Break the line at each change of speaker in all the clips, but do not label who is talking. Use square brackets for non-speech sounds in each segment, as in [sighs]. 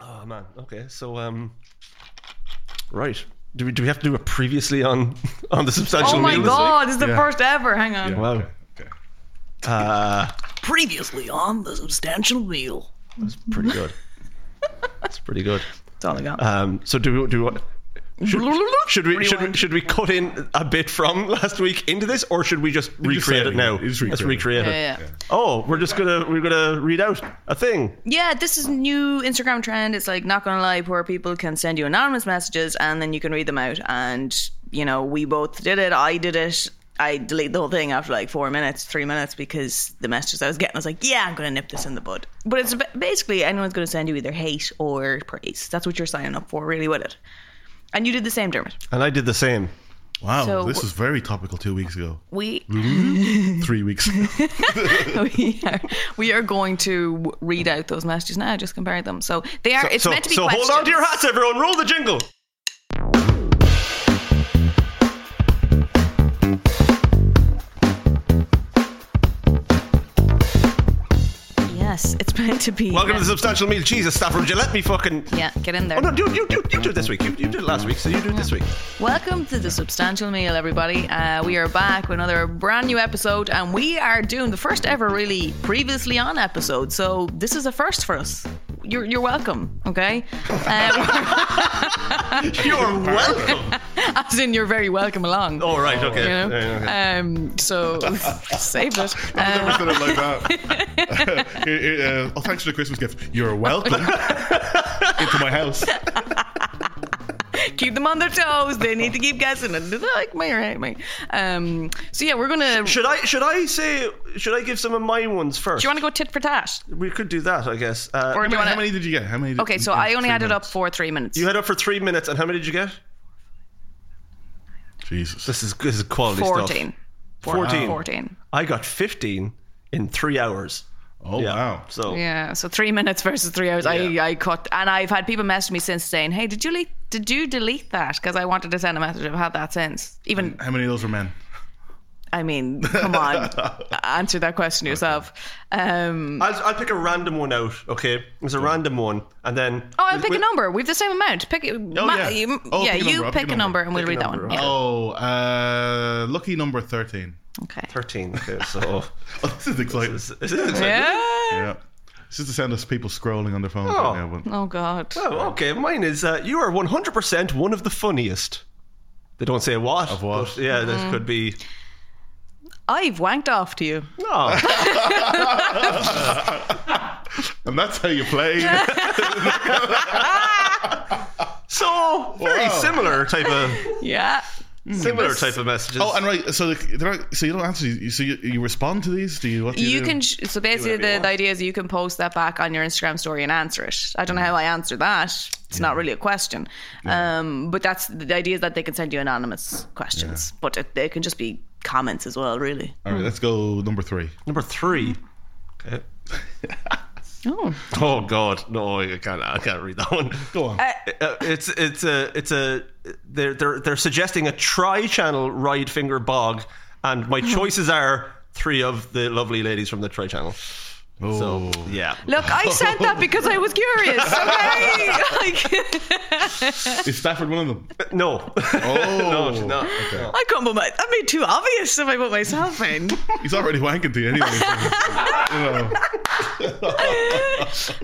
Oh man. Okay. So um. Right. Do we do we have to do a previously on [laughs] on the substantial?
Oh my
meal this
god, this is the
Yeah.
first ever. Hang on.
Yeah,
Wow.
Okay. okay.
week? Uh,
Previously on the substantial meal.
that's pretty good. That's pretty good.
That's all I
Uh,
got.
Um. So do we do we,
[laughs]
should, should we should we should we cut in a bit from [laughs] last week into this, or should we just
just say
recreate
it
it now?
again. Just
Let's recreate
recreate
yeah,
it.
yeah. yeah.
Oh, we're just gonna we're gonna read out a thing.
Yeah, this is new Instagram trend. It's like not gonna lie, where people can send you anonymous messages and then you can read them out. And you know, we both did it. I did it. I deleted the whole thing after like four minutes, three minutes, because the messages I was getting, I was like, "Yeah, I'm gonna nip this in the bud." But it's ba- basically anyone's gonna send you either hate or praise. That's what you're signing up for, really, with it. And you did the same, Dermot.
And I did the same.
Wow,
So
this
wh-
was very topical two weeks ago,
We
three weeks
[laughs]
[laughs] ago.
we are, we are going to read out those messages now, just compare them. So they are. it's
so
meant to be.
so hold on to your
questions.
hats, everyone. Roll the jingle.
Yes, it's meant to be.
Welcome to the substantial meal. Jesus, Stafford, would you let me fucking?
Yeah, get in there.
Oh no, dude, you do you do it this week. You, you did it last week, so you do it this week.
Welcome to the substantial meal, everybody. Uh, we are back with another brand new episode, and we are doing the first ever, really, previously on episode. So this is a first for us. You're, you're welcome,
[laughs]
okay? Um, [laughs]
You're welcome.
as in, you're very welcome
[laughs]
along.
All right, okay. Uh,
you know?
Oh, Yeah, okay.
Um, so [laughs] saved it.
I've never
Uh,
said it like that.
[laughs]
Here- here, uh, oh, thanks for the Christmas gift. You're welcome into my house.
keep them on their toes. They need to keep guessing. And they like me or hate me. Um, so yeah, we're gonna.
Should I should I say should I give some of my ones first?
do you want to go tit for tat?
we could do that, Uh, I guess. Uh,
Or do you
How
want to?
many did you get? How many? Did,
Okay, so
in
I only
three
added up
minutes?
for three minutes.
you had up for three minutes, and how many did you get?
Jesus.
This is this is quality
Fourteen. uh,
stuff. Fourteen.
Fourteen.
I got fifteen in three hours.
Oh
yeah.
wow.
So
Yeah, so three minutes versus three hours.
Yeah.
I, I cut, and I've had people message me since saying, "Hey, did you le- did you delete that?" Because I wanted to send a message. I've had that since. Even
How many of those were men?
I mean, come on, answer that question yourself. Um,
I'll, I'll pick a random one out. Okay, it's a random one, and then
oh, I'll pick
we-
a number. We have the same amount. Pick it.
yeah.
you,
Oh,
yeah,
pick a
you
number. I'll
pick, a number, and we'll
Pick
read
a
that
number.
one. Yeah.
Oh, uh, lucky number thirteen. [laughs]
Okay.
Thirteen. Okay, so [laughs]
Oh, this is exciting.
is, is it exciting?
Yeah.
yeah. This is the sound of people scrolling on their phones
Oh.
right now. But
Oh God.
Oh, okay. Mine is uh, you are 100% one of the funniest. They don't say what. Of
what?
yeah, this could [laughs] be.
I've wanked off to you.
No.
and that's how
[laughs]
you play.
so, very
Wow.
similar type of
Yeah.
[laughs] similar type of messages.
oh, and right. So, the, they're not- so you don't answer. You, so you, you respond to these? Do you? What do you,
You
do?
can sh- so
whatever
basically
you
the,
want.
the idea is you can post that back on your Instagram story and answer it. I don't know how I answer that. It's not really a question, um, but that's the idea is that they can send you anonymous questions, but it, they can just be comments as well. Really.
All right, let's go number three.
Number three. Okay.
Oh.
[laughs] Oh God, no! I can't. I can't read that one.
Go on.
Uh, it's it's a it's a they're they're they're suggesting a tri-channel right finger bog, and my choices are three of the lovely ladies from the tri-channel.
oh.
So yeah,
Look, I sent that because I was curious. Okay, [laughs] like [laughs]
Is Stafford one of them?
no, [laughs]
Oh.
no, she's not.
I can't put my. That'd be too obvious if I put myself in.
He's already wanking to you anyway. [laughs] so, you know.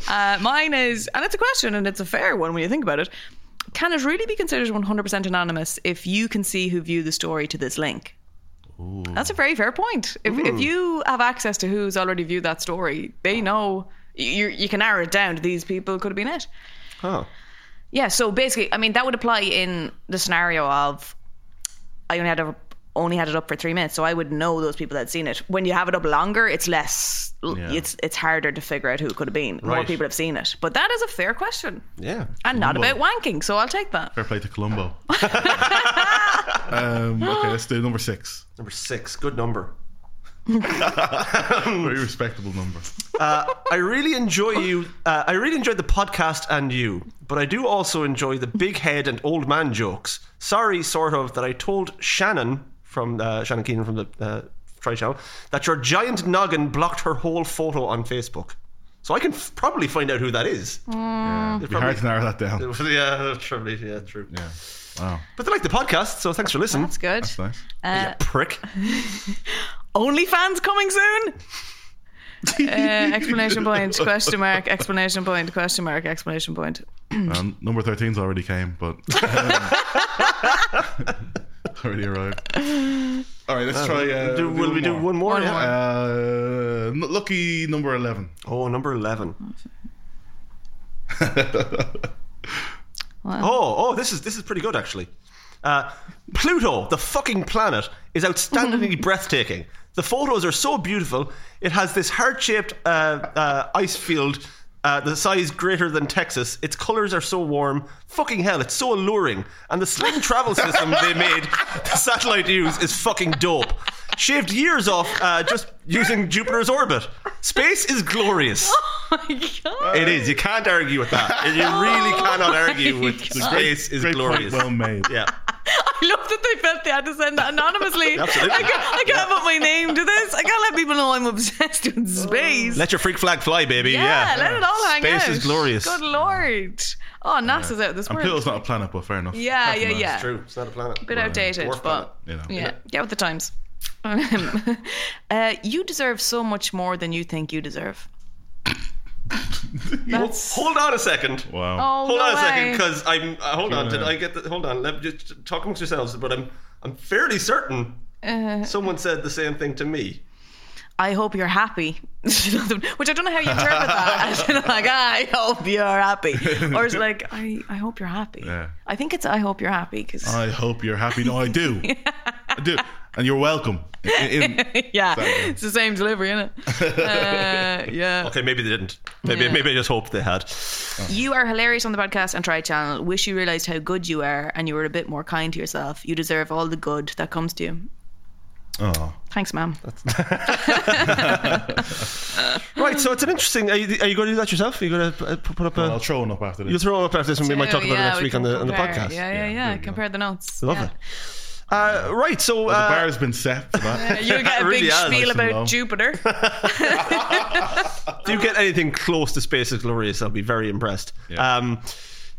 Uh, mine is, and it's a question, and it's a fair one when you think about it. Can it really be considered 100% anonymous if you can see who viewed the story to this link? That's a very fair point. If, if you have access to who's already viewed that story, they know you, you can narrow it down to these people could have been it.
Oh.
Yeah, so basically, I mean, that would apply in the scenario of I only had a, only had it up for three minutes, so I would know those people that had seen it. When you have it up longer, it's less, l
Yeah.
it's it's harder to figure out who it could have been. More
Right.
people have seen it, but that is a fair question
Yeah.
and not
Well-
about wanking, so I'll take that.
Fair play to Colombo. um, okay, let's do
[laughs]
number six.
Number six, good number.
Very respectable number.
Uh, I really enjoy you. Uh, I really enjoyed the podcast and you, but I do also enjoy the big head and old man jokes. Sorry, sort of, that I told Shannon from uh, Shannon Keenan from the uh, Tri Channel that your giant noggin blocked her whole photo on Facebook. So I can f- probably find out who that is.
Yeah, it'd be hard to narrow that down.
yeah, that's probably, yeah, true.
Yeah. Wow.
But they like the podcast, so thanks for listening.
That's good.
That's nice.
Yeah, prick.
OnlyFans coming soon. Uh, explanation point, question mark, explanation point, question mark, explanation point.
Um, number 13's already came, but um, [laughs] already arrived. All right, let's try. Uh,
do, will we do one more?
One
yeah.
more.
Uh, n- lucky number 11.
Oh, number 11.
Wow.
Oh, oh, this is this is pretty good actually. Uh, Pluto, the fucking planet, is outstandingly breathtaking. The photos are so beautiful. It has this heart-shaped uh, uh, ice field, uh, the size greater than Texas. Its colors are so warm. Fucking hell, it's so alluring. And the slim travel system they made, the satellite use, is fucking dope. Shaved years off uh, just using Jupiter's orbit. Space is glorious.
[laughs] Oh my god.
It is. You can't argue with that.
[laughs]
You
Oh
really cannot argue with space is
Great
glorious.
point, well made.
yeah.
I love that they felt they had to send that
[laughs]
anonymously.
Absolutely.
I can't, I can't put my name to this. I can't let people know I'm obsessed with space.
Let your freak flag fly, baby.
yeah,
Yeah.
let it all hang out.
Space is glorious.
Good lord. Oh, NASA's out this
And
world.
Pluto's not a planet, but fair enough.
Yeah,
That's
yeah,
nice.
yeah.
True. It's not a planet.
Bit outdated,
Dwarf planet.
but
You know.
yeah, get with the times. [laughs] uh, you deserve so much more than you think you deserve. That's
[laughs] Hold on a second.
Wow.
oh,
Hold
no
on a second,
way.
because I'm. Uh, hold on. Did
Yeah.
I get the? Hold on. Let just talk amongst yourselves. But I'm. I'm fairly certain
Uh,
someone said the same thing to me.
I hope you're happy. [laughs] Which I don't know how you interpret that. [laughs] As in, like, I hope you're happy. Or it's like, I, I hope you're happy.
Yeah. Uh,
I think it's I hope you're happy because,
I hope you're happy. No, I do. I do. And you're welcome. In- in-
[laughs] [laughs] yeah,
Sorry.
it's the same delivery, isn't it? Uh, yeah.
Okay, maybe they didn't. Maybe
Yeah.
maybe I just hoped they had.
You are hilarious on the podcast and try channel. Wish you realized how good you are and you were a bit more kind to yourself. You deserve all the good that comes to you.
oh.
Thanks, ma'am.
Right. So it's an interesting. Are you, are you going to do that yourself? Are you going to put up a?
I'll throw one up after this.
You'll throw up after this, and we might talk
Oh,
about
yeah,
it next
we
week on
can
the on the
compare.
podcast.
Yeah, yeah, yeah. Compare the notes.
Love
yeah.
it. Uh, right, so
the
uh,
bar has been set
[laughs]
for that.
You'll get a
Really
big
is.
spiel
Nice
and
about
low.
Jupiter.
do you get anything close to Space is Glorious? I'll be very impressed.
Yeah.
Um,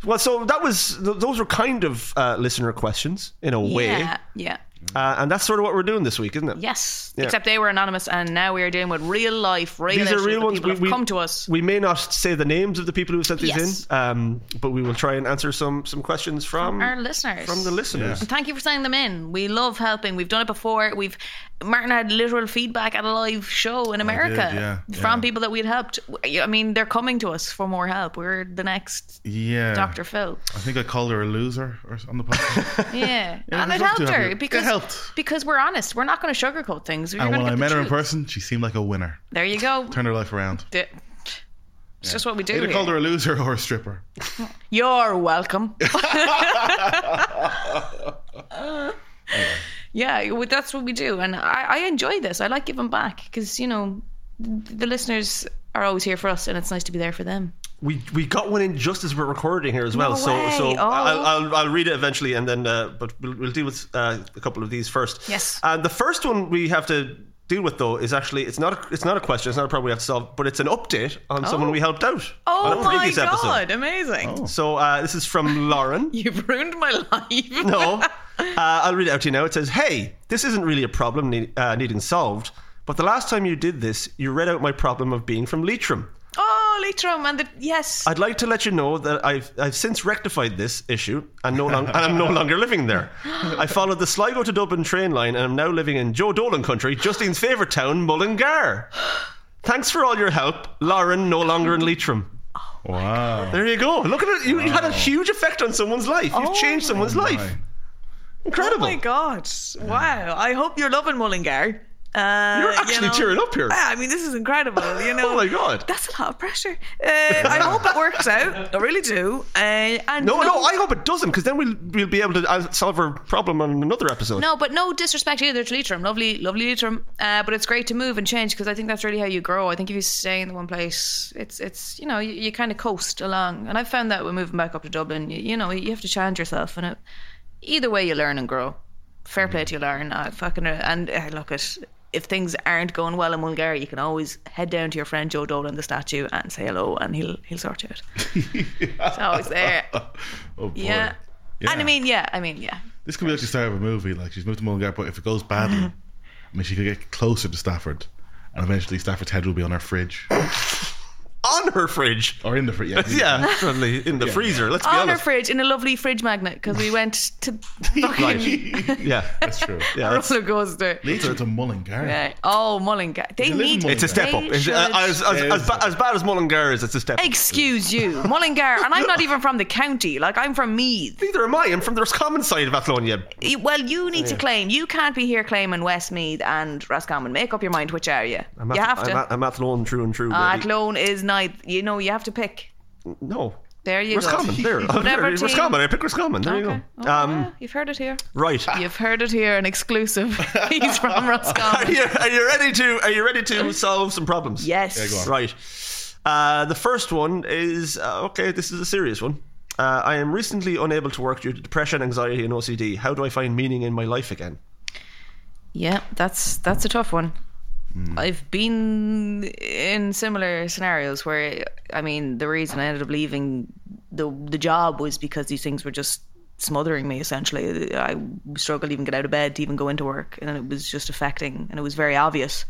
well, so that was th- those were kind of uh, listener questions in a way,
Yeah, yeah.
uh, and that's sort of what we're doing this week, isn't it?
Yes.
Yeah.
Except they were anonymous, and now we are dealing with real life, real
These are
issues
real
that
ones.
people
We,
have
we-
come to us.
We may not say the names of the people who sent these
Yes.
in, um, but we will try and answer some some questions from
Our listeners.
from the listeners.
And Thank you for sending them in. We love helping. We've done it before. We've Martin had literal feedback at a live show in America
yeah,
from
yeah.
people that we'd helped. I mean, they're coming to us for more help. We're the next
Yeah.
Dr.
[laughs]
Phil.
I think I called her a loser or on the
[laughs]
podcast.
Yeah, and
there's
it
nothing
helped
to help
her
you. It
because
helped.
because we're honest. We're not going to sugarcoat things. We're
and
gonna
when
get
I
the
met her in
truth.
person, she seemed like a winner.
there you go.
Turned her life around.
D- It's just what we do.
Either
here.
called her a loser or a stripper.
You're [laughs] welcome. yeah, well, that's what we do, and I, I enjoy this. I like giving back because you know the listeners are always here for us, and it's nice to be there for them.
We we got one in just as we're recording here as well.
No
so so
way. Oh.
I'll, I'll I'll read it eventually, and then uh, but we'll, we'll deal with uh, a couple of these first.
Yes.
And the first one we have to deal with though is actually it's not a, it's not a question, it's not a problem we have to solve, but it's an update on someone we helped out on
Oh
a
my
previous
god,
episode.
amazing!
So uh, this is
[laughs]
from Lauren.
You've ruined my life.
No. Uh, I'll read it out to you now. It says, Hey, this isn't really a problem need, uh, needing solved, but the last time you did this, you read out my problem of being from Leitrim.
[laughs] Oh, Leitrim, and the yes.
I'd like to let you know that I've, I've since rectified this issue and, no long, and I'm no longer living there. I followed the Sligo to Dublin train line and I'm now living in Joe Dolan country, Justine's favourite town, Mullingar. Thanks for all your help, Lauren, no longer in Leitrim.
Oh
Wow.
There you go. Look at it. You, you had a huge effect on someone's life. You've
Oh
changed someone's life.
[laughs] Right.
oh
Incredible.
my god! Wow. I hope you're loving Mullingar. Uh,
You're actually
you know.
tearing up here.
Yeah, I mean, this is incredible.
[laughs]
You know.
Oh my god.
That's a lot of pressure. Uh, I hope it works out. I really do. Uh, and
No, no, I hope it doesn't because then we'll, we'll be able to uh, solve our problem on another episode.
No, but no disrespect either to Leitrim. Lovely, lovely Leitrim. Uh, but it's great to move and change because I think that's really how you grow. I think if you stay in the one place, it's it's you know you, you kind of coast along. And I found that when moving back up to Dublin, you, you know you have to challenge yourself, and
Mm-hmm.
it, either way you learn and grow. Fair play to you, Lauren. I fucking and uh, look at if things aren't going well in Mulgari, you can always head down to your friend Joe Dolan, the statue, and say hello, and he'll he'll sort you out. [laughs] It's always there.
[laughs] Oh boy.
Yeah. And I
Yeah.
mean, yeah, I mean, yeah.
This could be like the start of a movie. Like she's moved to Mullingar, but if it goes badly, I mean, she could get closer to Stafford, and eventually Stafford's head will be on her fridge
On her fridge. [laughs]
or in the fridge. Yeah,
Yeah, certainly in the freezer. Let's be
On her
honest.
fridge in a lovely fridge magnet because we went
[laughs]
to fucking [laughs]
[laughs]
yeah,
that's true.
yeah. That's,
roller coaster.
Leads her to Mullingar.
Yeah. Oh, Mullingar. They
They live in
need.
it's a step up.
They
It's-
should-
uh, as, as,
Yeah,
as, ba- as bad as Mullingar is, it's a step up.
Excuse you, Mullingar, and I'm not even from the county. Like I'm from Meath.
Neither am I. I'm from the Roscommon side of Athlone.
Y- Well, you need to claim. You can't be here claiming Westmeath and Roscommon. Make up your mind which area.
I'm
you have
I'm
to.
At, I'm Athlone true and true.
Ah,
baby.
Athlone is neither. You know, you have to pick.
no.
There you
Roscommon,
go.
there.
[laughs] Whatever team-
Roscommon, I picked Roscommon. There
Okay.
you
Oh,
go. Um,
yeah, you've heard it here.
right. [laughs]
You've heard it here, an exclusive. [laughs] He's from
Are
Roscommon.
you, are you ready to are you ready to solve some problems?
[laughs] Yes.
Yeah, go on.
Right. Uh, the first one is uh, okay. This is a serious one. Uh, I am recently unable to work due to depression, anxiety, and OCD. How do I find meaning in my life again?
Yeah, that's that's a tough one.
Hmm.
I've been in similar scenarios where I mean the reason I ended up leaving the the job was because these things were just smothering me essentially. I struggled to even get out of bed to even go into work and it was just affecting and it was very obvious.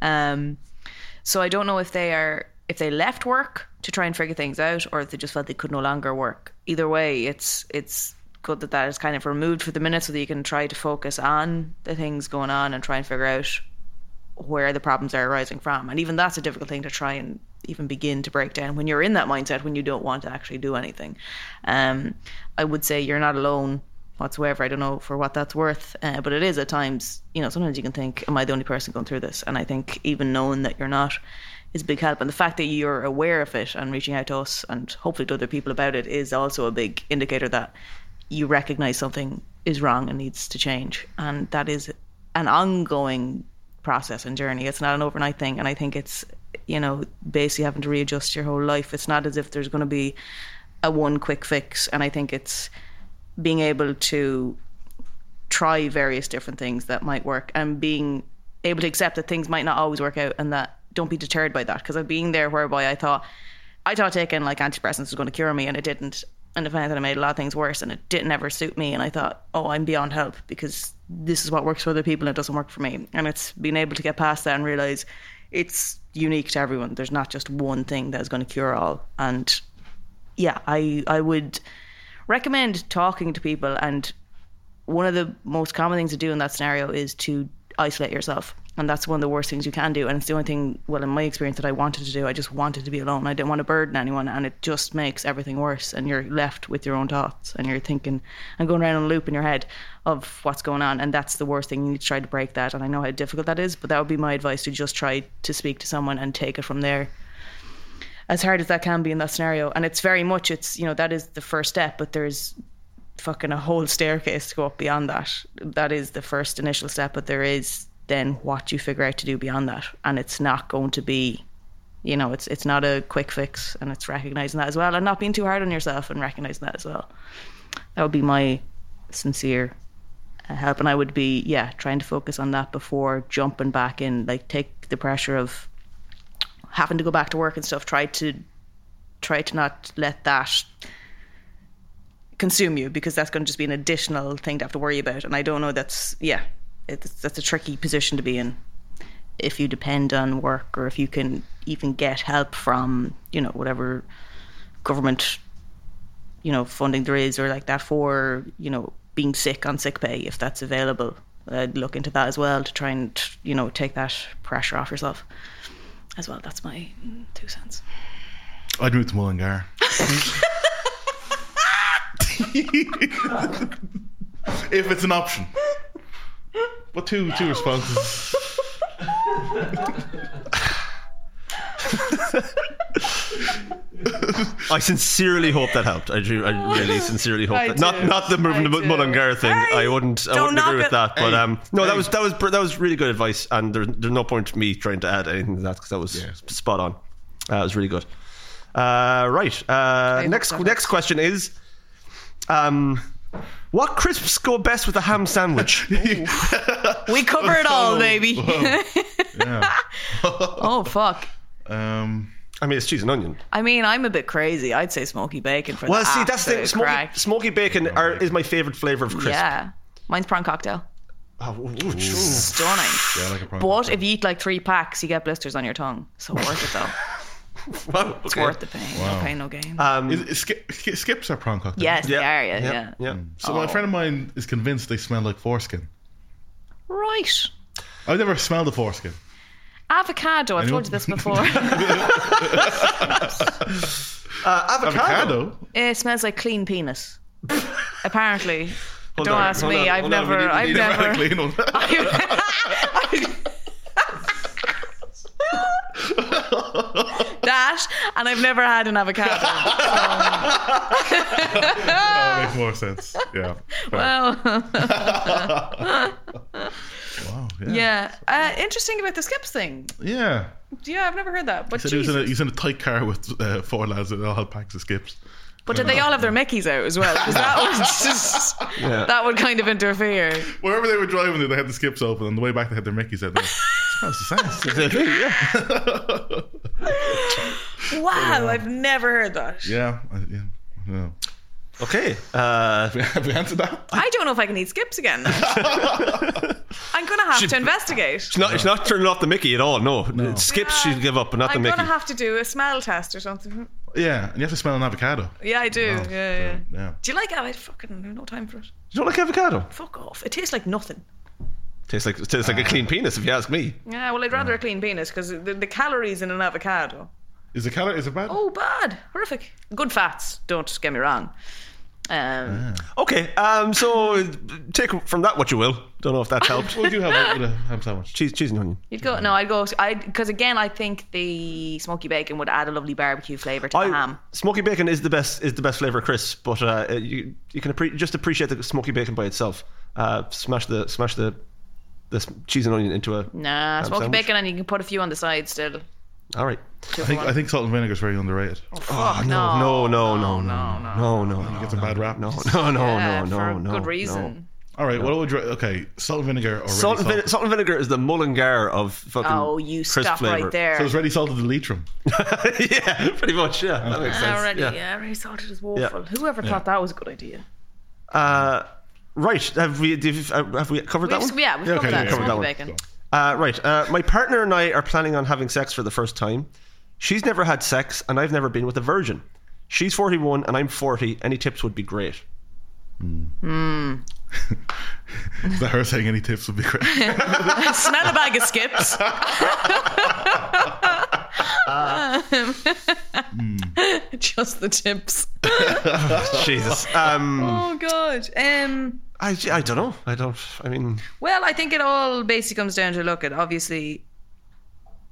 Um so I don't know if they are if they left work to try and figure things out or if they just felt they could no longer work. Either way, it's it's good that that is kind of removed for the minute so that you can try to focus on the things going on and try and figure out where the problems are arising from. And even that's a difficult thing to try and even begin to break down when you're in that mindset when you don't want to actually do anything. Um, I would say you're not alone whatsoever. I don't know for what that's worth, uh, but it is at times. You know, sometimes you can think, "Am I the only person going through this?" And I think even knowing that you're not is a big help. And the fact that you're aware of it and reaching out to us and hopefully to other people about it is also a big indicator that you recognize something is wrong and needs to change. And that is an ongoing process and journey. It's not an overnight thing. And I think it's, you know, basically having to readjust your whole life. It's not as if there's going to be a one quick fix. And I think it's being able to try various different things that might work and being able to accept that things might not always work out and that don't be deterred by that because I've been there whereby I thought I thought taking like antidepressants was going to cure me and it didn't and it found that I made a lot of things worse and it didn't ever suit me and I thought oh I'm beyond help because this is what works for other people and it doesn't work for me and it's being able to get past that and realize it's unique to everyone there's not just one thing that is going to cure all and yeah I I would recommend talking to people and one of the most common things to do in that scenario is to isolate yourself. And that's one of the worst things you can do. And it's the only thing, well, in my experience, that I wanted to do. I just wanted to be alone. I didn't want to burden anyone. And it just makes everything worse. And you're left with your own thoughts and you're thinking and going around in a loop in your head of what's going on. And that's the worst thing. You need to try to break that. And I know how difficult that is, but that would be my advice to just try to speak to someone and take it from there as hard as that can be in that scenario. And it's very much it's you know that is the first step, but there's fucking a whole staircase to go up beyond that. That is the first initial step, but there is then what you figure out to do beyond that, and it's not going to be. You know, it's it's not a quick fix, and it's recognizing that as well, and not being too hard on yourself, and recognizing that as well. That would be my sincere uh, help, and I would be yeah trying to focus on that before jumping back in. Like take the pressure of having to go back to work and stuff try to try to not let that consume you because that's going to just be an additional thing to have to worry about and i don't know that's yeah it's, that's a tricky position to be in if you depend on work or if you can even get help from you know whatever government you know funding there is or like that for you know being sick on sick pay if that's available i'd look into that as well to try and you know take that pressure off yourself as well. That's my mm, two cents.
I'd move to Mullingar. [laughs] if it's an option. But two two responses.
I sincerely hope that helped. I do. [laughs] I really sincerely hope
I
that. Not
do.
not the
I
Mullingar
do.
Mullingar thing. I
Hey,
wouldn't. I
don't
wouldn't agree
knock
with
it.
that. But
Hey,
um, no, that
hey.
was that was br- that was really good advice, and there, there's no point me trying to add anything to that because that was
Yeah.
sp- spot on. Uh, it was really good. Uh, right. Uh,
hope
next
so.
next question is, um, What crisps go best with a ham
[laughs]
sandwich?
We cover it all, baby.
Whoa. Yeah.
[laughs] oh fuck.
Um,
I mean, it's cheese and onion.
I mean, I'm a bit crazy. I'd say smoky bacon for
Well,
the
Ah,
see, that's the thing.
absolute
Smoky,
crack.
smoky bacon
Oh,
are, is my favorite flavor of crisp.
Yeah, mine's prawn cocktail.
Oh, ooh, ooh, ooh.
Stunning.
yeah, I like a prawn
But
cocktail.
if you eat like three packs, you get blisters on your tongue. So
[laughs]
worth it though.
[laughs] Wow, okay.
worth the pain. No pain, no gain.
Um,
Is it skip, skip, skips are prawn cocktail.
yes,
yeah,
they are. Yeah,
yeah,
yeah.
yeah.
So my friend of mine is convinced they smell like foreskin.
Right.
I've never smelled a foreskin.
Avocado. I've
Anyone-
told you this before. [laughs]
Uh, avocado.
[laughs] Avocado.
it smells like clean penis.
[laughs]
Apparently. [laughs]
Hold
Don't
on,
ask
hold
me.
on,
I've
hold on, we
never-
need- we
I've
need-
never-
Never clean one. [laughs]
that, and I've never had
[laughs]
an avocado.
that makes more sense. Yeah. Fair.
well,
wow. Yeah.
yeah. Uh, interesting about the skips thing.
Yeah.
Yeah, I've never heard that. But
So he was, in a,
Jesus.
he was in a tight car with uh, four lads that all had packs of skips.
But did they all have their Mickeys out as well? Because that
[laughs]
would just,
Yeah.
that would kind of interfere.
Wherever they were driving, they had the skips open. On the way back, they had their Mickeys out. There. Smells the [laughs] same.
Wow, I've never heard that.
yeah. I, yeah. yeah.
[laughs] Okay. Uh, [laughs]
Have we answered that?
I don't know if I can eat skips again. I'm gonna have to investigate.
It's not, it's not turning off the Mickey at all. No, It skips
Yeah.
she'd give up, but not the
I'm
Mickey.
gonna have to do a smell test or something.
Yeah. And you have to smell an avocado.
Yeah, I
Oh,
do. yeah, yeah.
So, yeah.
Do you like it? I fucking have no time for it.
you don't like avocado?
Fuck off. It tastes like nothing.
Tastes like tastes like a clean penis, if you ask me.
Yeah, well, I'd rather a clean penis because the, the calories in an avocado.
Is the calorie, is it bad?
Oh, bad. Horrific. Good fats. Don't get me wrong. Um,
Okay. Um. So take from that what you will. Don't know if that
[laughs]
helped.
What would you have with a ham sandwich?
cheese, cheese and onion.
You'd go no, I'd go I because again I think the smoky bacon would add a lovely barbecue flavour to
I,
the ham.
Smoky bacon is the best is the best flavor, Chris. But uh, you you can appre- just appreciate the smoky bacon by itself. Uh, smash the smash the the s- cheese and onion into a.
Nah, smoky
sandwich.
bacon and you can put a few on the side still.
All right.
I think, I think salt and vinegar is very underrated.
Oh no no no no no
no,
no no no.
It's a bad rap.
No, [laughs] no, no,
Yeah,
no, no,
uh, for
no.
good
no.
reason.
All right. What would you? Okay, salt and vinegar or
Salt and,
ready
vin-
salted?
salt and vinegar is the Mullingar of fucking.
Oh, you
crisp
stop
flavor.
right
So
there.
it's ready salted deletium.
[laughs] yeah, pretty much. Yeah, that makes sense.
Already, yeah,
Yeah.
already salted as waffle. Whoever thought that was a good idea?
Uh, right. Have we have, uh, have we covered that
We've-
one?
yeah, we've covered
okay,
that.
yeah, covered
smoky
that one.
bacon.
Uh, right. Uh, my partner and I are planning on having sex for the first time. She's never had sex, and I've never been with a virgin. She's 41 and I'm 40. Any tips would be great.
[laughs]
Is that her saying any tips would be
[laughs]
great?
Smell a bag of skips. [laughs]
Ah.
Just the tips.
Mm. Jesus. Um,
Oh god. Um.
I, I don't know. I don't. I mean,
Well, I think it all basically comes down to look at obviously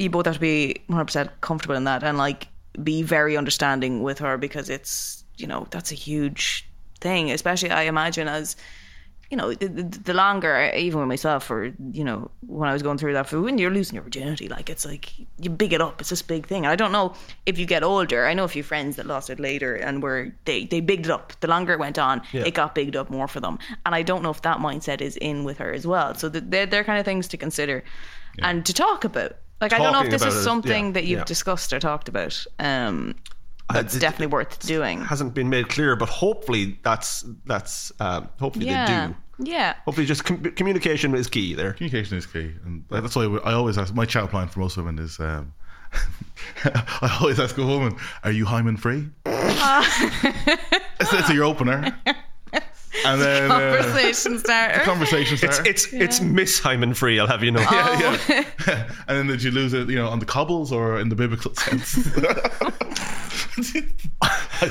you both have to be 100% comfortable in that and like be very understanding with her because it's, you know, that's a huge thing, especially I imagine as you know, the, the, the longer, even with myself, or you know, when I was going through that, for when you're losing your virginity, like it's like you big it up. It's this big thing. And I don't know if you get older. I know a few friends that lost it later and were they they bigged it up. The longer it went on, it got bigged up more for them. And I don't know if that mindset is in with her as well. So th they're they're kind of things to consider and to talk about. Like I don't know if
Talking
this
about it
is
is-
something
yeah,
that you've
yeah.
discussed or talked about. Um, that's
it- it
definitely worth doing.
hasn't been made clear, but hopefully that's that's uh, hopefully they
Yeah,
do. Oh,
yeah.
Hopefully, just com- communication is key there.
Communication is key, and that's why I always ask. My chat line for most women is, um, [laughs] I always ask a woman, "Are you hymen free?"
Uh.
[laughs] That's that's your opener, and
[laughs]
then uh,
Conversation starter.
conversation
It's
starter.
it's it's Miss Hyman free. I'll have you know.
Oh.
yeah, yeah. [laughs] and then did you lose it, you know, on the cobbles or in the biblical [laughs] sense?
[laughs]
I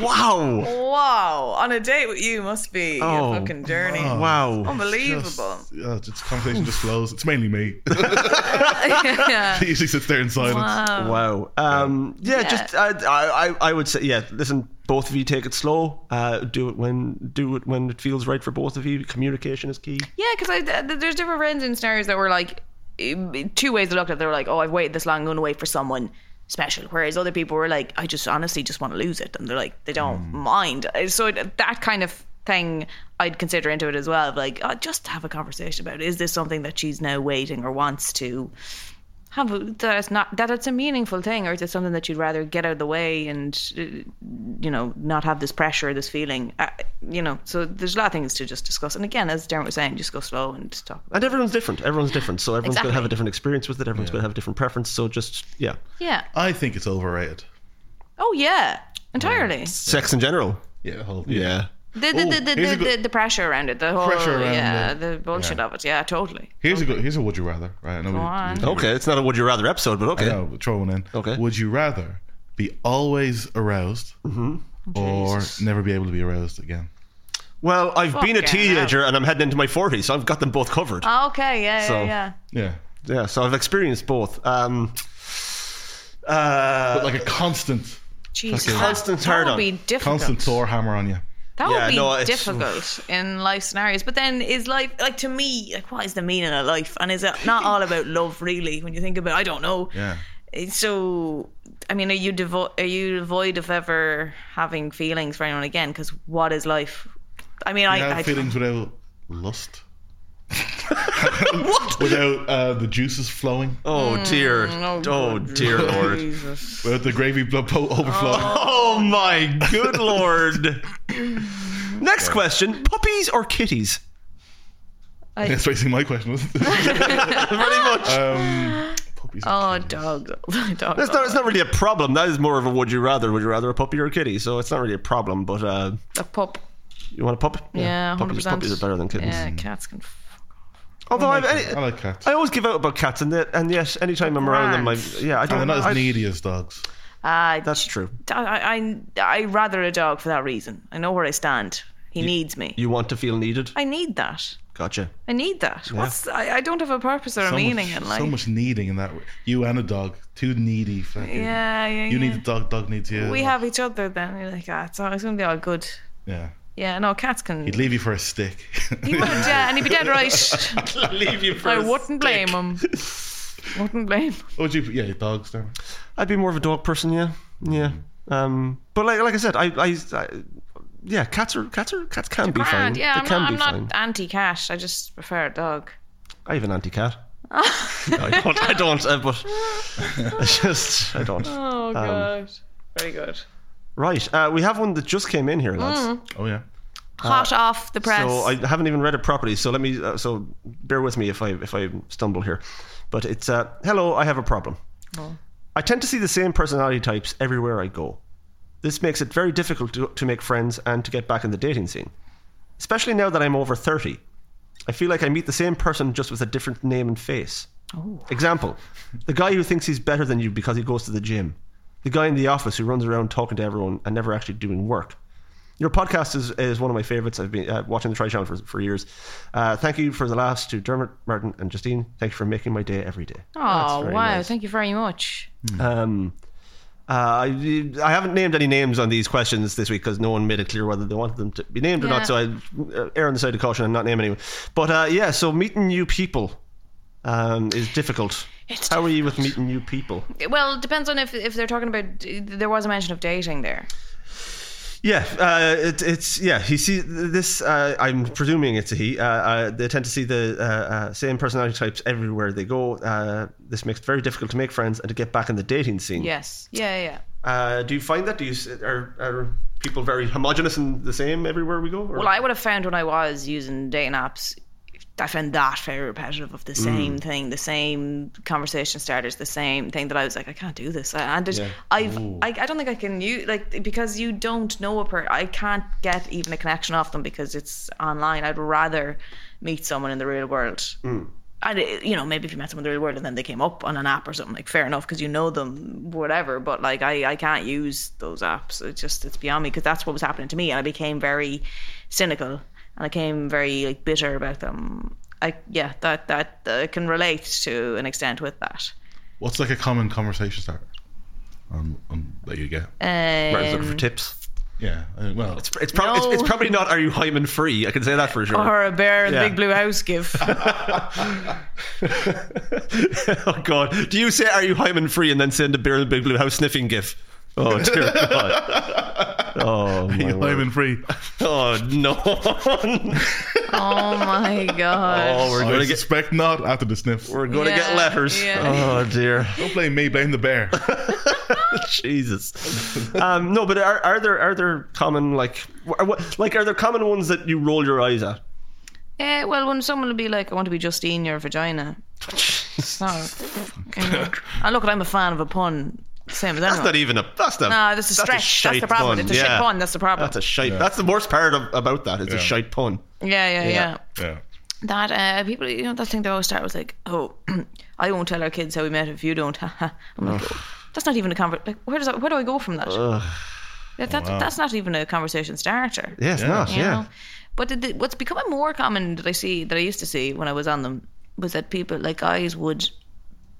[laughs] wow.
Wow, on a date with you must be
Oh,
a fucking journey. Oh
Wow.
Unbelievable.
Just, yeah, just conversation just flows. It's mainly me. [laughs]
[laughs] yeah.
[laughs]
He usually sits there in silence.
Wow.
Wow. Um, yeah,
Yeah.
just I, I, I- I would say yeah. Listen, both of you take it slow. Uh, do it when do it when it feels right for both of you. Communication is key.
Yeah, because there's different friends in scenarios that were like eh, two ways they looked at. it. They were like, "Oh, I've waited this long. I'm going to wait for someone special. Whereas other people were like, I just honestly just want to lose it, and they're like, they don't
Mm.
mind. Uh, So it- that kind of thing I'd consider into it as well. Like, oh, just have a conversation about: it. is this something that she's now waiting or wants to? Have a- that it's not that it's a meaningful thing, or is it something that you'd rather get out of the way and uh, you know not have this pressure, this feeling, uh, you know? So there's a lot of things to just discuss. And again, as Darren was saying, just go slow and just talk.
And everyone's different. Everyone's different. So everyone's going to have
Exactly.
a different experience with it. Everyone's going to have a different preference. So just, yeah.
Yeah.
I think it's overrated.
Oh yeah, entirely.
Sex in general.
Yeah, the whole
The the,
Ooh,
the, the,
here's a
the,
good-
the pressure around it, the whole
Pressure around
yeah,
it.
the bullshit
Yeah.
of it. Yeah, totally.
Here's a good. Here's a would you rather. Right. I know we-
on.
Okay. It's not a Would You Rather episode, but okay.
No, we'll throw one in.
Okay.
Would you rather be always aroused or never be able to be aroused again?
Well, I've been a
Fucking
teenager and I'm heading into my 40s, so I've got them both covered.
Uh, Okay, yeah,
So-
yeah, yeah.
Yeah.
yeah. So I've experienced both. Um, uh,
Like a constant,
Jesus,
Fucking-
that-
Constant
that
hard-on.
would be difficult.
constant Thor hammer on you.
That
Yeah,
would be
no, it's-
difficult in life scenarios. But then, is life like to me? Like, what is the meaning of life? And is it not all about love, really? When you think about, I don't know.
Yeah.
So, I mean, are you devo- are you void of ever having feelings for anyone again? Because what is life? I mean,
I,
I,
have
I
feelings without
[laughs]
lust. [laughs] Without uh, the juices flowing,
Hmm,
oh, dear. oh,
[laughs]
dear Lord.
Jesus.
without the gravy blood po- overflowing.
Oh, my good Lord. Next question Puppies or kitties?
[laughs] That's basically my question. wasn't it?
Pretty much.
um, puppies.
Oh, [laughs] dogs. dogs.
That's not, it's not really a problem. That is more of a would you rather. Would you rather a puppy or a kitty? So it's not really a problem, but uh,
a pup.
you want a puppy?
Yeah,
puppies,
100%.
puppies are better than kittens.
Yeah, cats can. F-
Although I,
I like, I
I,
like cats.
I always give out about cats, and, yet- and yet anytime I'm around them, I,
Grand.
yeah, I
They're
don't
not
I-
as needy as dogs.
ah, I,
That's true.
I, I, I rather a dog for that reason. I know where I stand. He needs me.
You want to feel needed?
I need that.
Gotcha.
I need that. What's I, I don't have a purpose or a
So
meaning
much,
in life.
so much needing in that. way. You and a dog, two needy. Fucking,
yeah, yeah. yeah.
You need the dog. Dog needs you.
We have each other then. You're like, ah, it's, all, it's gonna be all good.
Yeah.
Yeah, no, cats can. [laughs]
He'd leave you for a stick.
He
[laughs]
would, yeah, and he'd be
[laughs]
dead right.
Leave you for
[laughs] I wouldn't blame him. Wouldn't blame. him.
Would you? Yeah, dogs. Darren.
I'd be more of a dog person. Yeah, yeah. Um, but like, like I said, I, I, I yeah, cats are cats are cats can be fine.
Grand, yeah,
they
I'm
can
not,
be
I'm
fine.
not anti-cat. I just prefer a dog.
I have an anti-cat. [laughs] No, I don't. I don't. Uh, [laughs] but I just I don't.
Oh god, very good.
Right. Uh, we have one that just came in here, lads.
Oh yeah.
Hot off the press.
uh, So I haven't even read it properly. So let me. Uh, so bear with me if I if I stumble here. But it's uh, hello. I have a problem. I tend to see the same personality types everywhere I go. This makes it very difficult to, to make friends and to get back in the dating scene, especially now that I'm over thirty. I feel like I meet the same person just with a different name and face. Example: the guy who thinks he's better than you because he goes to the gym, the guy in the office who runs around talking to everyone and never actually doing work. Your podcast is, is one of my favorites. I've been uh, watching the Try Channel for, for years. Uh, thank you for the laughs to Dermot, Martin, and Justine. Thank you for making my day every day.
oh wow,
very nice.
thank you very much.
Um, uh, I, I haven't named any names on these questions this week because no one made it clear whether they wanted them to be named or
Yeah.
not. So I uh, err on the side of caution and not name anyone. But uh, yeah, so meeting new people um, is difficult.
It's
How are you with meeting new people?
Well, it depends on if if they're talking about. There was a mention of dating there.
Yeah, uh, it, it's yeah. He see this. Uh, I'm presuming it's a he. Uh, uh, they tend to see the uh, uh, same personality types everywhere they go. Uh, this makes it very difficult to make friends and to get back in the dating scene.
Yes. Yeah, yeah, yeah.
Uh, do you find that? Do you s- are, are people very homogenous and the same everywhere we go? Or?
Well, I would have found when I was using dating apps, I found that very repetitive of the same thing, the same conversation starters, the same thing that I was like, I can't do this. I, and it,
Yeah.
I've, I, I don't think I can use like because you don't know a per. I can't get even a connection off them because it's online. I'd rather meet someone in the real world. And it- you know, maybe if you met someone in the real world and then they came up on an app or something, like fair enough because you know them, whatever. But like, I, I can't use those apps. It's just it's beyond me because that's what was happening to me, and I became very cynical and I became very like bitter about them. I yeah, that that I can relate to an extent with that.
What's like a common conversation starter? Um, um, that you get.
Right, looking
Um,
for tips.
Yeah. I- Well, [laughs]
It's, it's, prob- it's,
No.
it's probably not Are You Hyman Free? I can say that for sure.
Or a bear in
Yeah.
the big blue house give.
[laughs] oh God! Do you say "Are you hymen free" and then send a bear in the big blue house sniffing gif? Oh dear God!
[laughs]
Oh my
I'm
word.
in [laughs] free.
[laughs] Oh no!
oh my
oh,
god.
we're
I
gonna get
suspect not after the sniff.
we're gonna
Yeah,
get letters.
yeah.
Oh dear, [laughs]
Don't blame me, blame the [laughs] bear.
Jesus! Um, no, but are, are there are there common like are, what- like are there common ones that you roll your eyes at? [laughs]
Eh, well, when someone will be like, I want to be Justine, your vagina. So, and look, I'm a fan of a pun. Same as anyone.
That's not even a that's not
no, that's a stretch. that's
shite
the problem.
pun.
It's a shit pun. That's the problem.
That's a shite. That's the worst part of, about that. It's
Yeah.
a shite pun.
yeah, yeah, yeah,
Yeah.
That uh, people, you know, that thing they always start with like, oh, [clears throat] I won't tell our kids how we met if you don't. [laughs] I'm like, "Oh, that's not even a conver. Like, where does that, where do I go from that? That- that's,
wow.
that's not even a conversation starter.
Yeah, it's
Yeah.
not.
you know? But the, the, what's becoming more common that I see that I used to see when I was on them was that people like guys would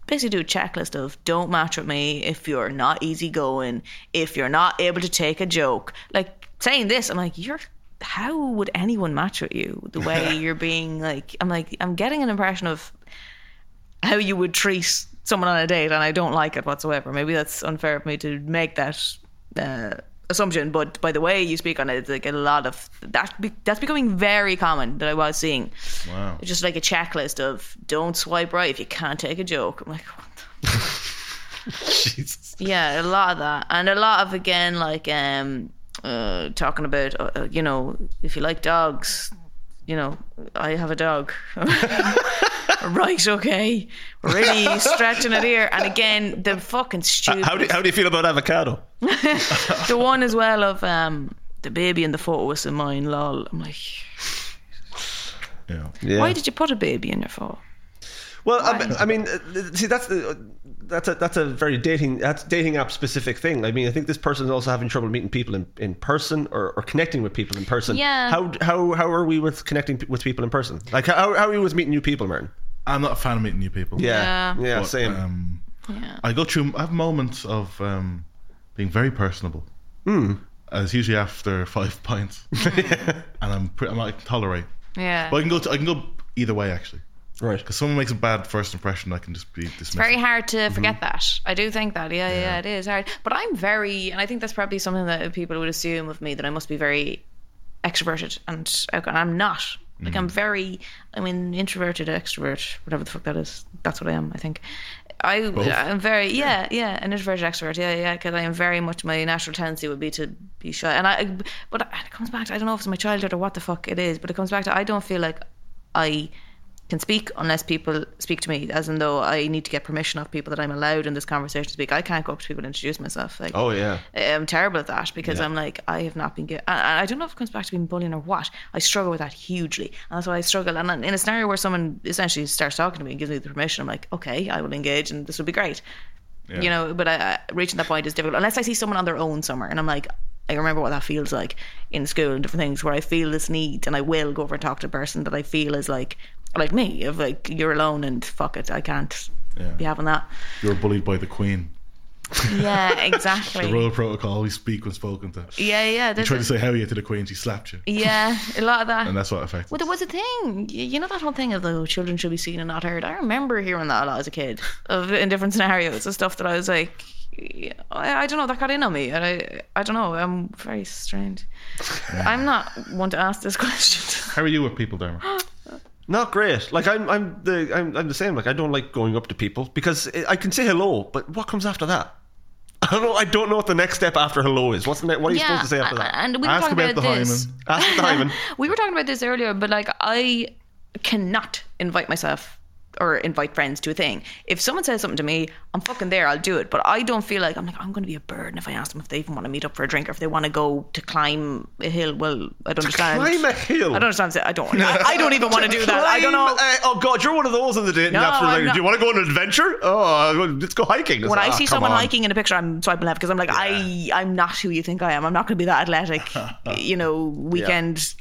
basically do a checklist of don't match with me if you're not easygoing, if you're not able to take a joke. Like saying this, I'm like, you're how would anyone match with you the way you're being like I'm like I'm getting an impression of how you would treat someone on a date and I don't like it whatsoever. Maybe that's unfair of me to make that uh, assumption, but by the way you speak on it, it's like a lot of that be, that's becoming very common that I was seeing.
Wow.
Just like a checklist of don't swipe right if you can't take a joke. I'm like, what the
[laughs] Jesus.
yeah, a lot of that, and a lot of again, like um, uh, talking about, uh, uh, you know, if you like dogs, you know, I have a dog. [laughs] right, okay, really stretching it here, and again, the fucking stupid,
How do, how do you feel about avocado?
the one as well of um, the baby in the photo was in mine, lol. I'm like,
Yeah.
Yeah.
why did you put a baby in your photo?
well, I, I mean, uh, see, that's the, uh, that's a that's a very dating that's dating app specific thing. I mean, I think this person is also having trouble meeting people in, in person or, or connecting with people in person.
Yeah.
How how how are we with connecting p- with people in person? Like how how are we with meeting new people, Martin?
I'm not a fan of meeting new people.
Yeah.
Yeah.
Yeah.
But,
same.
Um,
Yeah,
I go through. I have moments of um, being very personable.
Hmm.
Mm. It's usually after [laughs] five pints, and I'm pre- I might tolerate.
yeah.
But I can go. To, I can go either way actually.
right.
Because someone makes a bad first impression, I can just be dismissed.
very hard to forget that. I do think that. Mm-hmm. Yeah, yeah, it is hard. But I'm very, and I think that's probably something that people would assume of me that I must be very extroverted and outgoing. I'm not. Like I'm very, I mean, introverted, extrovert, whatever the fuck that is. That's what I am. I think. I I'm very yeah yeah an introverted extrovert yeah yeah because I am very much my natural tendency would be to be shy and I but it comes back to I don't know if it's my childhood or what the fuck it is but it comes back to I don't feel like I can speak unless people speak to me, as in though I need to get permission of people that I'm allowed in this conversation to speak. I can't go up to people and introduce myself. Like,
Oh yeah.
I'm terrible at that because I'm like, I have not been good. And and I don't know if it comes back to being bullying or what. I struggle with that hugely. And that's why I struggle. And then in a scenario where someone essentially starts talking to me and gives me the permission, I'm like, okay, I will engage and this will be great. You know, but I, I, reaching that point is difficult. Unless I see someone on their own somewhere and I'm like, I remember what that feels like in school and different things where I feel this need and I will go over and talk to a person that I feel is like, like me, of like, you're alone and fuck it, I can't
Yeah.
be having that.
You're bullied by the queen.
[laughs] Yeah, exactly.
The royal protocol. We speak when spoken to. You
yeah, yeah. this
tried to
is-
say how are you to the queen. She slapped you,
Yeah, a lot of that.
and that's what affected.
Well, there was a thing, y- you know, that whole thing of the oh, children should be seen and not heard. I remember hearing that a lot as a kid, of in different [laughs] scenarios and stuff that I was like, I, I don't know, that got in on me, and I, I don't know, I'm very strange. I'm not one to ask this [laughs] question.
how are you with
[gasps]
people, Dermot?
Not great. Like I'm I'm the I'm, I'm the same. Like I don't like going up to people because I I can say hello, but what comes after that? [laughs] I don't know. I don't know what the next step after hello is. What's the next, what are you supposed to say after that?
and we were
Ask
talking
about
about,
the
this.
hymen.
Ask the hymen.
We were talking about this earlier, but like I cannot invite myself or invite friends to a thing. If someone says something to me, I'm fucking there, I'll do it. But I don't feel like I'm like I'm going to be a burden if I ask them if they even want to meet up for a drink or if they want to go to climb a hill. Well, I don't understand.
Climb a hill.
I don't understand. I
[laughs]
don't. I, I don't even want to do that. I don't know.
Climb, uh, oh God, you're one of those on the dating
No,
apps. where
I'm
Like,
not.
do you want to go on an adventure? Oh, let's go hiking. It's
When
like,
I
"Ah,
see
come
someone
on."
hiking in a picture, I'm swiping left because I'm like, I, I'm not who you think I am. I'm not
[laughs]
going to be that athletic, you know, weekend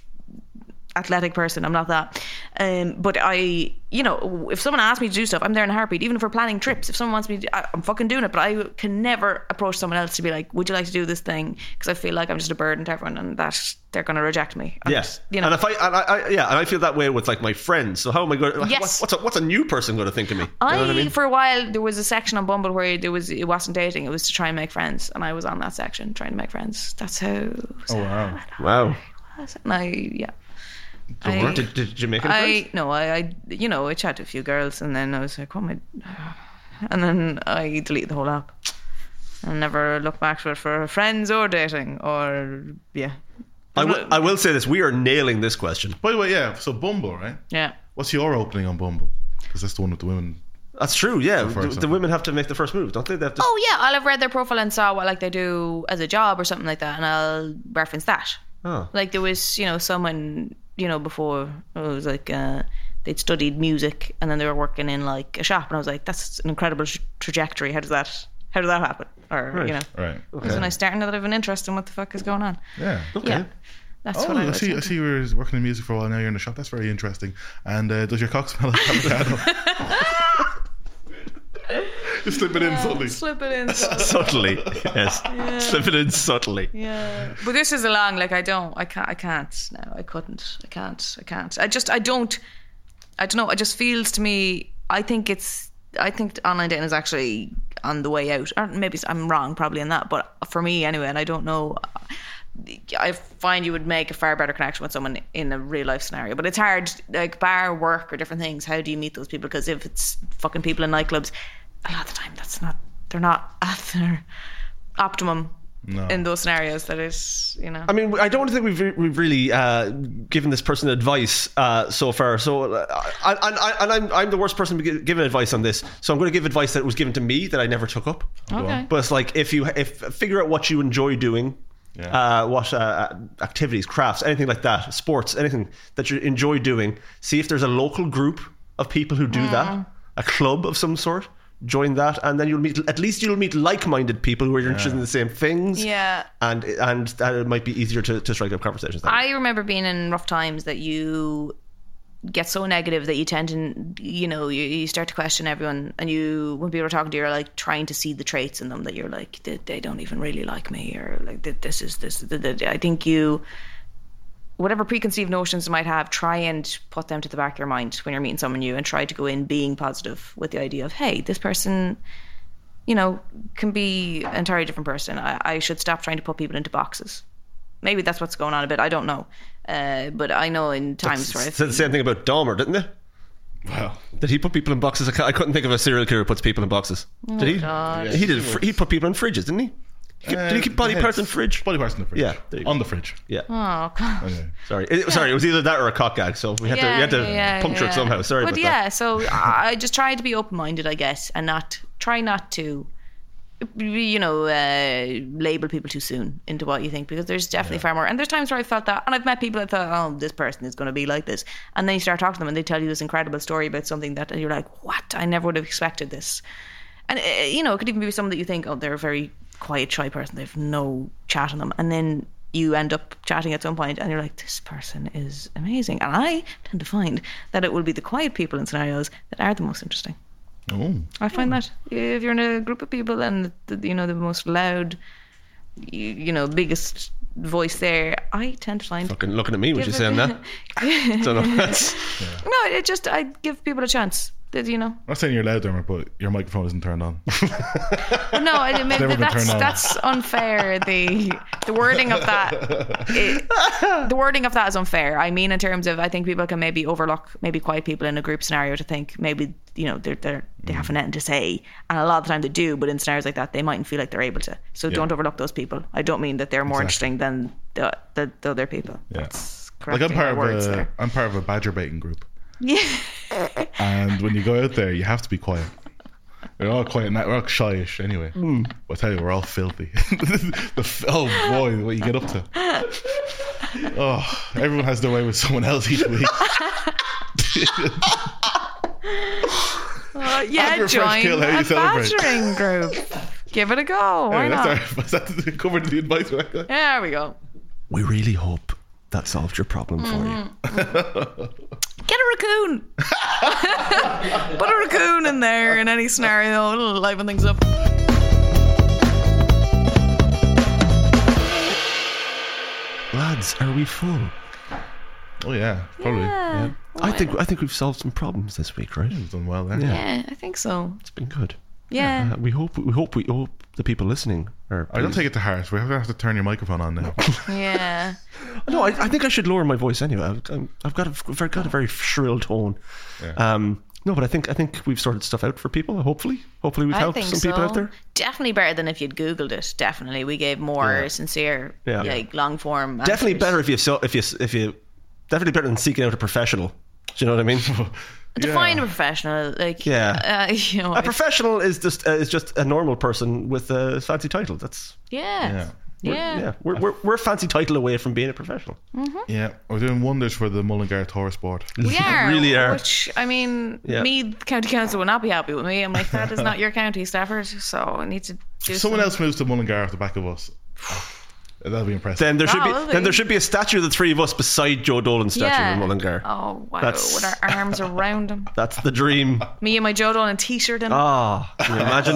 athletic person. I'm not that. Um, but I, you know, if someone asks me to do stuff, I'm there in a heartbeat. Even if we're planning trips, if someone wants me to, I, I'm fucking doing it. But I can never approach someone else to be like, would you like to do this thing? Because I feel like I'm just a burden to everyone and that they're going to reject me. I'm
Yes,
just- you know,
and if I, and I, I, yeah, and I feel that way with like my friends. So how am I going? to
Yes.
what's a, what's a new person going to think of me? You know
I,
what I mean?
for a while there was a section on Bumble where there was it wasn't dating, it was to try and make friends, and I was on that section trying to make friends. That's how.
Oh wow.
Wow,
And I yeah.
Don't work.
did, did you make any friends?
I no, I, I you know I chatted to a few girls and then I was like, what am I? [sighs] And then I deleted the whole app. And never looked back to it for friends or dating or yeah,
I will- I will say this: we are nailing this question.
By the way, yeah. So Bumble, right?
yeah.
What's your opening on Bumble? Because that's the one with the women.
That's true. Yeah, the,
for
the
example.
women have to make the first move, don't they? They have to.
Oh yeah, I'll have read their profile and saw what like they do as a job or something like that, and I'll reference that.
Oh.
Like there was, you know, someone, you know, before it was like uh, they'd studied music and then they were working in like a shop, and I was like, that's an incredible tra- trajectory. How does that? How does that happen? Or you know,
All right.
that's
Yeah.
when I started to have an interest in what the fuck is going on.
Yeah.
Yeah, that's
Oh,
what I,
I
was
see. I
thinking.
see. You were working in music for a while. Now you're in the shop. That's very interesting. And uh, does your cock smell
[laughs]
like avocado? Just slip it in suddenly.
Slip it in.
[laughs]
so-
Subtly, yes. Slip it in subtly.
Yeah, but this is a long. Like I don't, I can't, I can't now. I couldn't. I can't. I can't. I just, I don't. I don't know. It just feels to me. I think it's. I think online dating is actually on the way out. Or maybe I'm wrong, probably in that. But for me, anyway, and I don't know. I find you would make a far better connection with someone in a real life scenario. But it's hard, like bar work or different things. How do you meet those people? Because if it's fucking people in nightclubs, a lot of the time that's not. They're not [laughs] at their optimum
No.
in those scenarios that is, you know.
I mean, I don't think we've re- we've really uh, given this person advice uh, so far. So, uh, I, I, I, and I'm I'm the worst person to gi- giving advice on this. So I'm going to give advice that was given to me that I never took up.
Oh.
Okay.
But it's like if you if figure out what you enjoy doing,
Yeah.
uh, what uh, activities, crafts, anything like that, sports, anything that you enjoy doing. See if there's a local group of people who do that, a club of some sort. Join that, and then you'll meet. At least you'll meet like-minded people who are interested in the same things.
Yeah.
and and that it might be easier to, to strike up conversations. That way.
I remember being in rough times that you get so negative that you tend to, you know, you, you start to question everyone. And you, when people are talking to you, you're like trying to see the traits in them that you're like, they, they don't even really like me, or like, th- this is this. th- th- I think you, whatever preconceived notions you might have, try and put them to the back of your mind when you're meeting someone new and try to go in being positive with the idea of, hey, this person. You know, can be an entirely different person. I, I should stop trying to put people into boxes. Maybe that's what's going on a bit. I don't know, uh, but I know in times where I've
said the same thing about Dahmer, didn't they?
Wow.
Did he put people in boxes? I ca- I couldn't think of a serial killer who puts people in boxes. did he?
Oh, God.
He did. Fr- he put people in fridges, didn't he? He- did he keep body
heads.
parts in fridge?
uh, Body parts in the fridge.
Yeah, there you go.
On the fridge.
Yeah.
Oh god.
Okay.
Sorry. It- Sorry. It was either that or a cock gag. So we had to we had to puncture it somehow. Sorry
But
about
yeah,
that.
so I I just try to be open minded, I guess, and not try not to, you know, uh, label people too soon into what you think because there's definitely far more. And there's times where I felt that, and I've met people that thought, oh, this person is going to be like this, and then you start talking to them and they tell you this incredible story about something that and you're like, what? I never would have expected this. And uh, you know, it could even be someone that you think, oh, they're a very quiet, shy person. They have no chat on them, and then you end up chatting at some point, and you're like, this person is amazing. And I tend to find that it will be the quiet people in scenarios that are the most interesting.
Oh.
I find that if you're in a group of people and the, you know the most loud, you, you know, biggest voice there, I tend to find.
Fucking looking at me, was you
it-
saying that?
[laughs]
Don't know. That's-
No, it just I give people a chance. That you know,
I'm not saying you're loud, Dermot, but your microphone isn't turned on. [laughs]
But no, I mean,
never been
that's
turned on.
that's unfair. The the wording of that, it- the wording of that is unfair. I mean, in terms of, I think people can maybe overlook maybe quiet people in a group scenario to think maybe you know they're they're they
Mm.
have nothing to say, and a lot of the time they do. But in scenarios like that, they mightn't feel like they're able to. So don't overlook those people. I don't mean that they're more
Exactly.
interesting than the the, the other people. That's correct.
[laughs]
Like I'm part of
words
a, [laughs]
there.
am part of a badger baiting group,
Yeah.
and when you go out there, you have to be quiet. We're all quiet, now. we're all shyish anyway. But I tell you, we're all filthy. [laughs] the, f- oh boy, what you get up to! Oh, everyone has their way with someone else each week.
Uh, yeah,
your first
join
kill, how
a
you celebrate.
badgering group. Give it a
[laughs]
go. Why
Anyway,
not?
that's our, that's the cover to the advice. we're not going-
There we go. Mm-hmm.
we really hope that solved your problem for you.
Get a
[laughs]
raccoon. Put a raccoon in there in any scenario. It'll liven things up.
Lads, are we full?
Oh yeah, probably. Yeah.
Yeah.
I think I think we've solved some problems this week, right?
You've done well there.
Yeah, I
[laughs]
think so.
It's been good.
Yeah.
Uh, we hope we hope we hope the people listening are.
I don't
pleased.
take it to heart. We have to have to turn your microphone on now.
Yeah.
No, I, I think I should lower my voice anyway. I've, I'm- I've got a very got a very shrill tone.
Oh. Yeah.
Um, no, but I think I think we've sorted stuff out for people. Hopefully, hopefully we've
I
helped
think
some
so.
people out there.
Definitely better than if you'd Googled it. Definitely. We gave more
Yeah.
sincere,
Yeah.
like long form.
Definitely better if you so if you if you definitely better than seeking out a professional. Do you know what I
[laughs]
mean?
Define a professional. Like,
Yeah.
Uh, [laughs] you know,
a
it's-
professional is just uh, is just a normal person with a fancy title. That's
yeah.
Yeah.
Yeah.
yeah. We're, we're we're a fancy title away from being a professional.
yeah, we're doing wonders for the Mullingar Taurus board.
[laughs]
We are.
really are.
Which, I mean,
Yeah.
me, the county council, would not be happy with me. I'm like, that
[laughs]
is not your county, Stafford. So I need to do
Someone
some-
else moves to Mullingar off the back of us. [sighs] That'll be impressive.
Then there should
Oh,
be then there
lovely.
should be a statue of the three of us beside Joe Dolan's statue in Mullingar.
Oh, wow.
That's-
With our arms around him.
That's the
[laughs]
dream.
Me and my Joe Dolan t shirt and
Ah, can you imagine?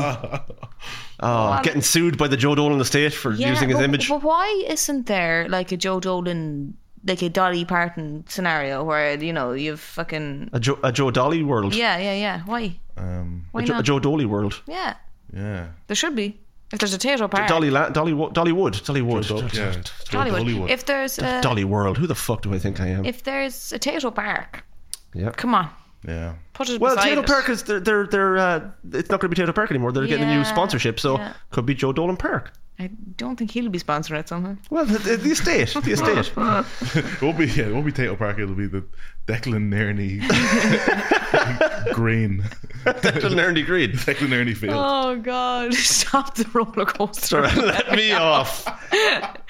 Oh,
on.
getting sued by the Joe Dolan estate for
Yeah,
using his
but,
image.
But why isn't there like a Joe Dolan, like a Dolly Parton scenario where you know you've fucking
a, Joe, a Joe Dolly world.
yeah, yeah, yeah. Why?
um,
Why
A Jo- a
not?
Joe Dolly world.
yeah,
yeah.
there should be. If there's a Tato Park,
Dolly, La- Dolly, Wo- Dolly Wood. Dolly Wood.
Do- yeah.
Dollywood.
Dollywood.
If there's a,
Dolly World. Who the fuck do I think I am?
if there's a Tato Park,
Yeah.
come on,
[laughs] yeah.
put it
Well,
beside
Tato
it.
Park is they're they're, they're uh, it's not going to be Tato Park anymore. They're getting a new
Yeah,
sponsorship, so
yeah.
could be Joe Dolan Park.
I don't think he'll be sponsoring it somehow.
Well, the, the, the estate,
[laughs]
the estate.
It won't be. Yeah, it won't be Tato Park. It'll be the Declan Nairney Green,
Declan Ernie Green.
[laughs] Declan Nairney Field.
Oh God! [laughs] Stop the roller
[laughs]
coaster.
Let me
[laughs]
off.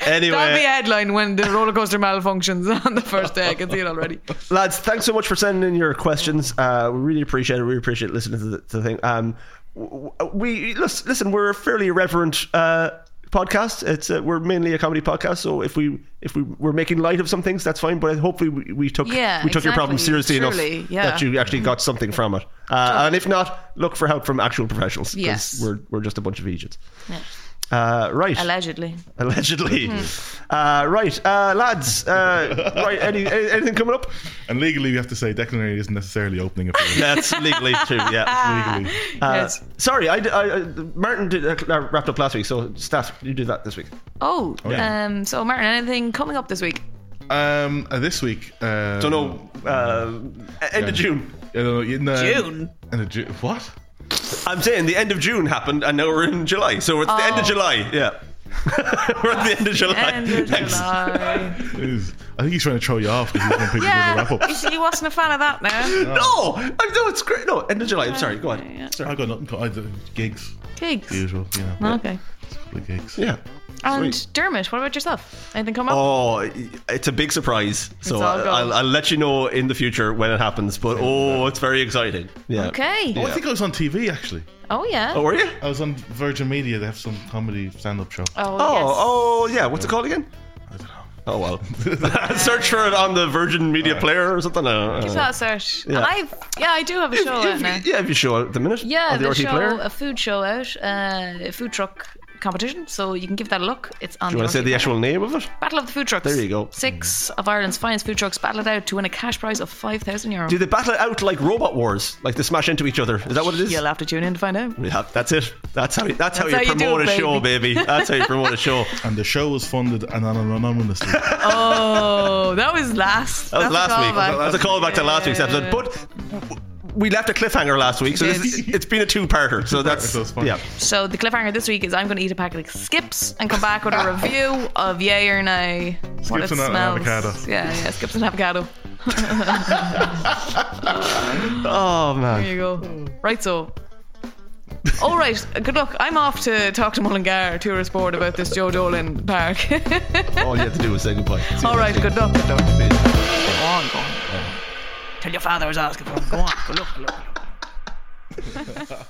Anyway,
That'll be a headline when the roller coaster malfunctions [laughs] on the first day. I can see it already.
lads thanks so much for sending in your questions uh, we really appreciate it we appreciate listening to the, to the thing um, w- w- we lis- listen we're a fairly irreverent uh, podcast it's uh we're mainly a comedy podcast so if we if we were making light of some things that's fine but hopefully we, we took
Yeah,
we took your problem
exactly.
seriously
Truly,
enough
yeah.
that you actually got something from it uh, and if not look for help from actual professionals 'cause
Yes.
we're, we're just a bunch of agents
Yeah.
uh, right
Allegedly.
allegedly
Hmm.
uh, right uh, lads
[laughs]
uh, right any, any- anything coming up
And legally, we have to say Declan Nairney isn't necessarily opening a
[laughs]
field.
That's legally too. Yeah.
legally.
Uh,
yes.
Sorry, I, I, I Martin did, uh, wrapped up last week, so staff, you do that this week.
Oh,
yeah.
um, so Martin, anything coming up this week?
Um, uh, this week. Um,
Don't know. Oh, Uh, end of June.
I don't know. you know-
June?
And a June. What?
I'm saying the end of June happened, and now we're in July. So it's the end of
Oh.
July. Yeah. [laughs] we're at the end of July.
End of
Thanks.
July.
It is- I think he's trying to throw you off because he's going to pick yeah.
yeah,
another wrap
you [laughs]
up.
see, he wasn't a fan of that now.
[laughs] No, I'm, no, it's great. No, end of July. I'm sorry. Go on.
Yeah.
Sorry.
I got nothing. I do gigs, the
Gigs.
usual. You know,
Okay.
couple of gigs.
Yeah.
And
Sweet.
Dermot, what about yourself? Anything coming up?
Oh, it's a big surprise. So
all gone.
I- I'll, I'll let you know in the future when it happens. But oh, it's very exciting. Yeah.
okay.
Oh, I think I was on TV actually.
Oh yeah.
Oh,
Oh,
were you?
I was on Virgin Media. They have some comedy stand-up show.
yes.
Oh, oh, yeah. What's it called again?
I don't know.
Oh well. [laughs] Search for it on the Virgin Media Player or something. I don't
It's
know.
not a search.
oh. Yeah.
And I've yeah, I do have a show out
If-
now.
if- yeah, if you show it at the minute.
Yeah,
on the,
the
RT
show,
Player.
a food show out, uh, a food truck competition. So you can give that a look. It's on.
you
the
want to say
RT
the
Player.
actual name of it?
Battle of the Food Trucks.
There you go.
Six of Ireland's finest food trucks battle it out to win a cash prize of five thousand euro.
Do they battle it out like robot wars, like they smash into each other? Is that what it is?
You'll have to tune in to
[laughs]
find out.
Yeah, that's it. That's how. You, that's, how you
how you do
promote
it,
a show, baby. That's how you promote a
[laughs]
show.
And the show was funded and anonymously.
Oh, that was last.
That was
That's
last
a
week.
callback.
That's a callback to last week's episode. But we left a cliffhanger last week, so this,
Yes.
it's been a two-parter. So that's
so it's fine.
yeah.
So the cliffhanger this week is I'm going to eat a packet of skips and come back with a review of yay or nay. what
Skips
it
and an
smells.
avocado.
Yeah, yeah, skips and avocado.
Oh man.
There you go. Right, so. All right, good luck. I'm off to talk to Mullingar Tourist Board about this Joe Dolan Park. [laughs]
All you have to do is say goodbye. See you
All right,
next
good luck. Good luck.
week. See you.
Go on, go on. Tell your father I was asking for him. Go on, go look, go look. Go look.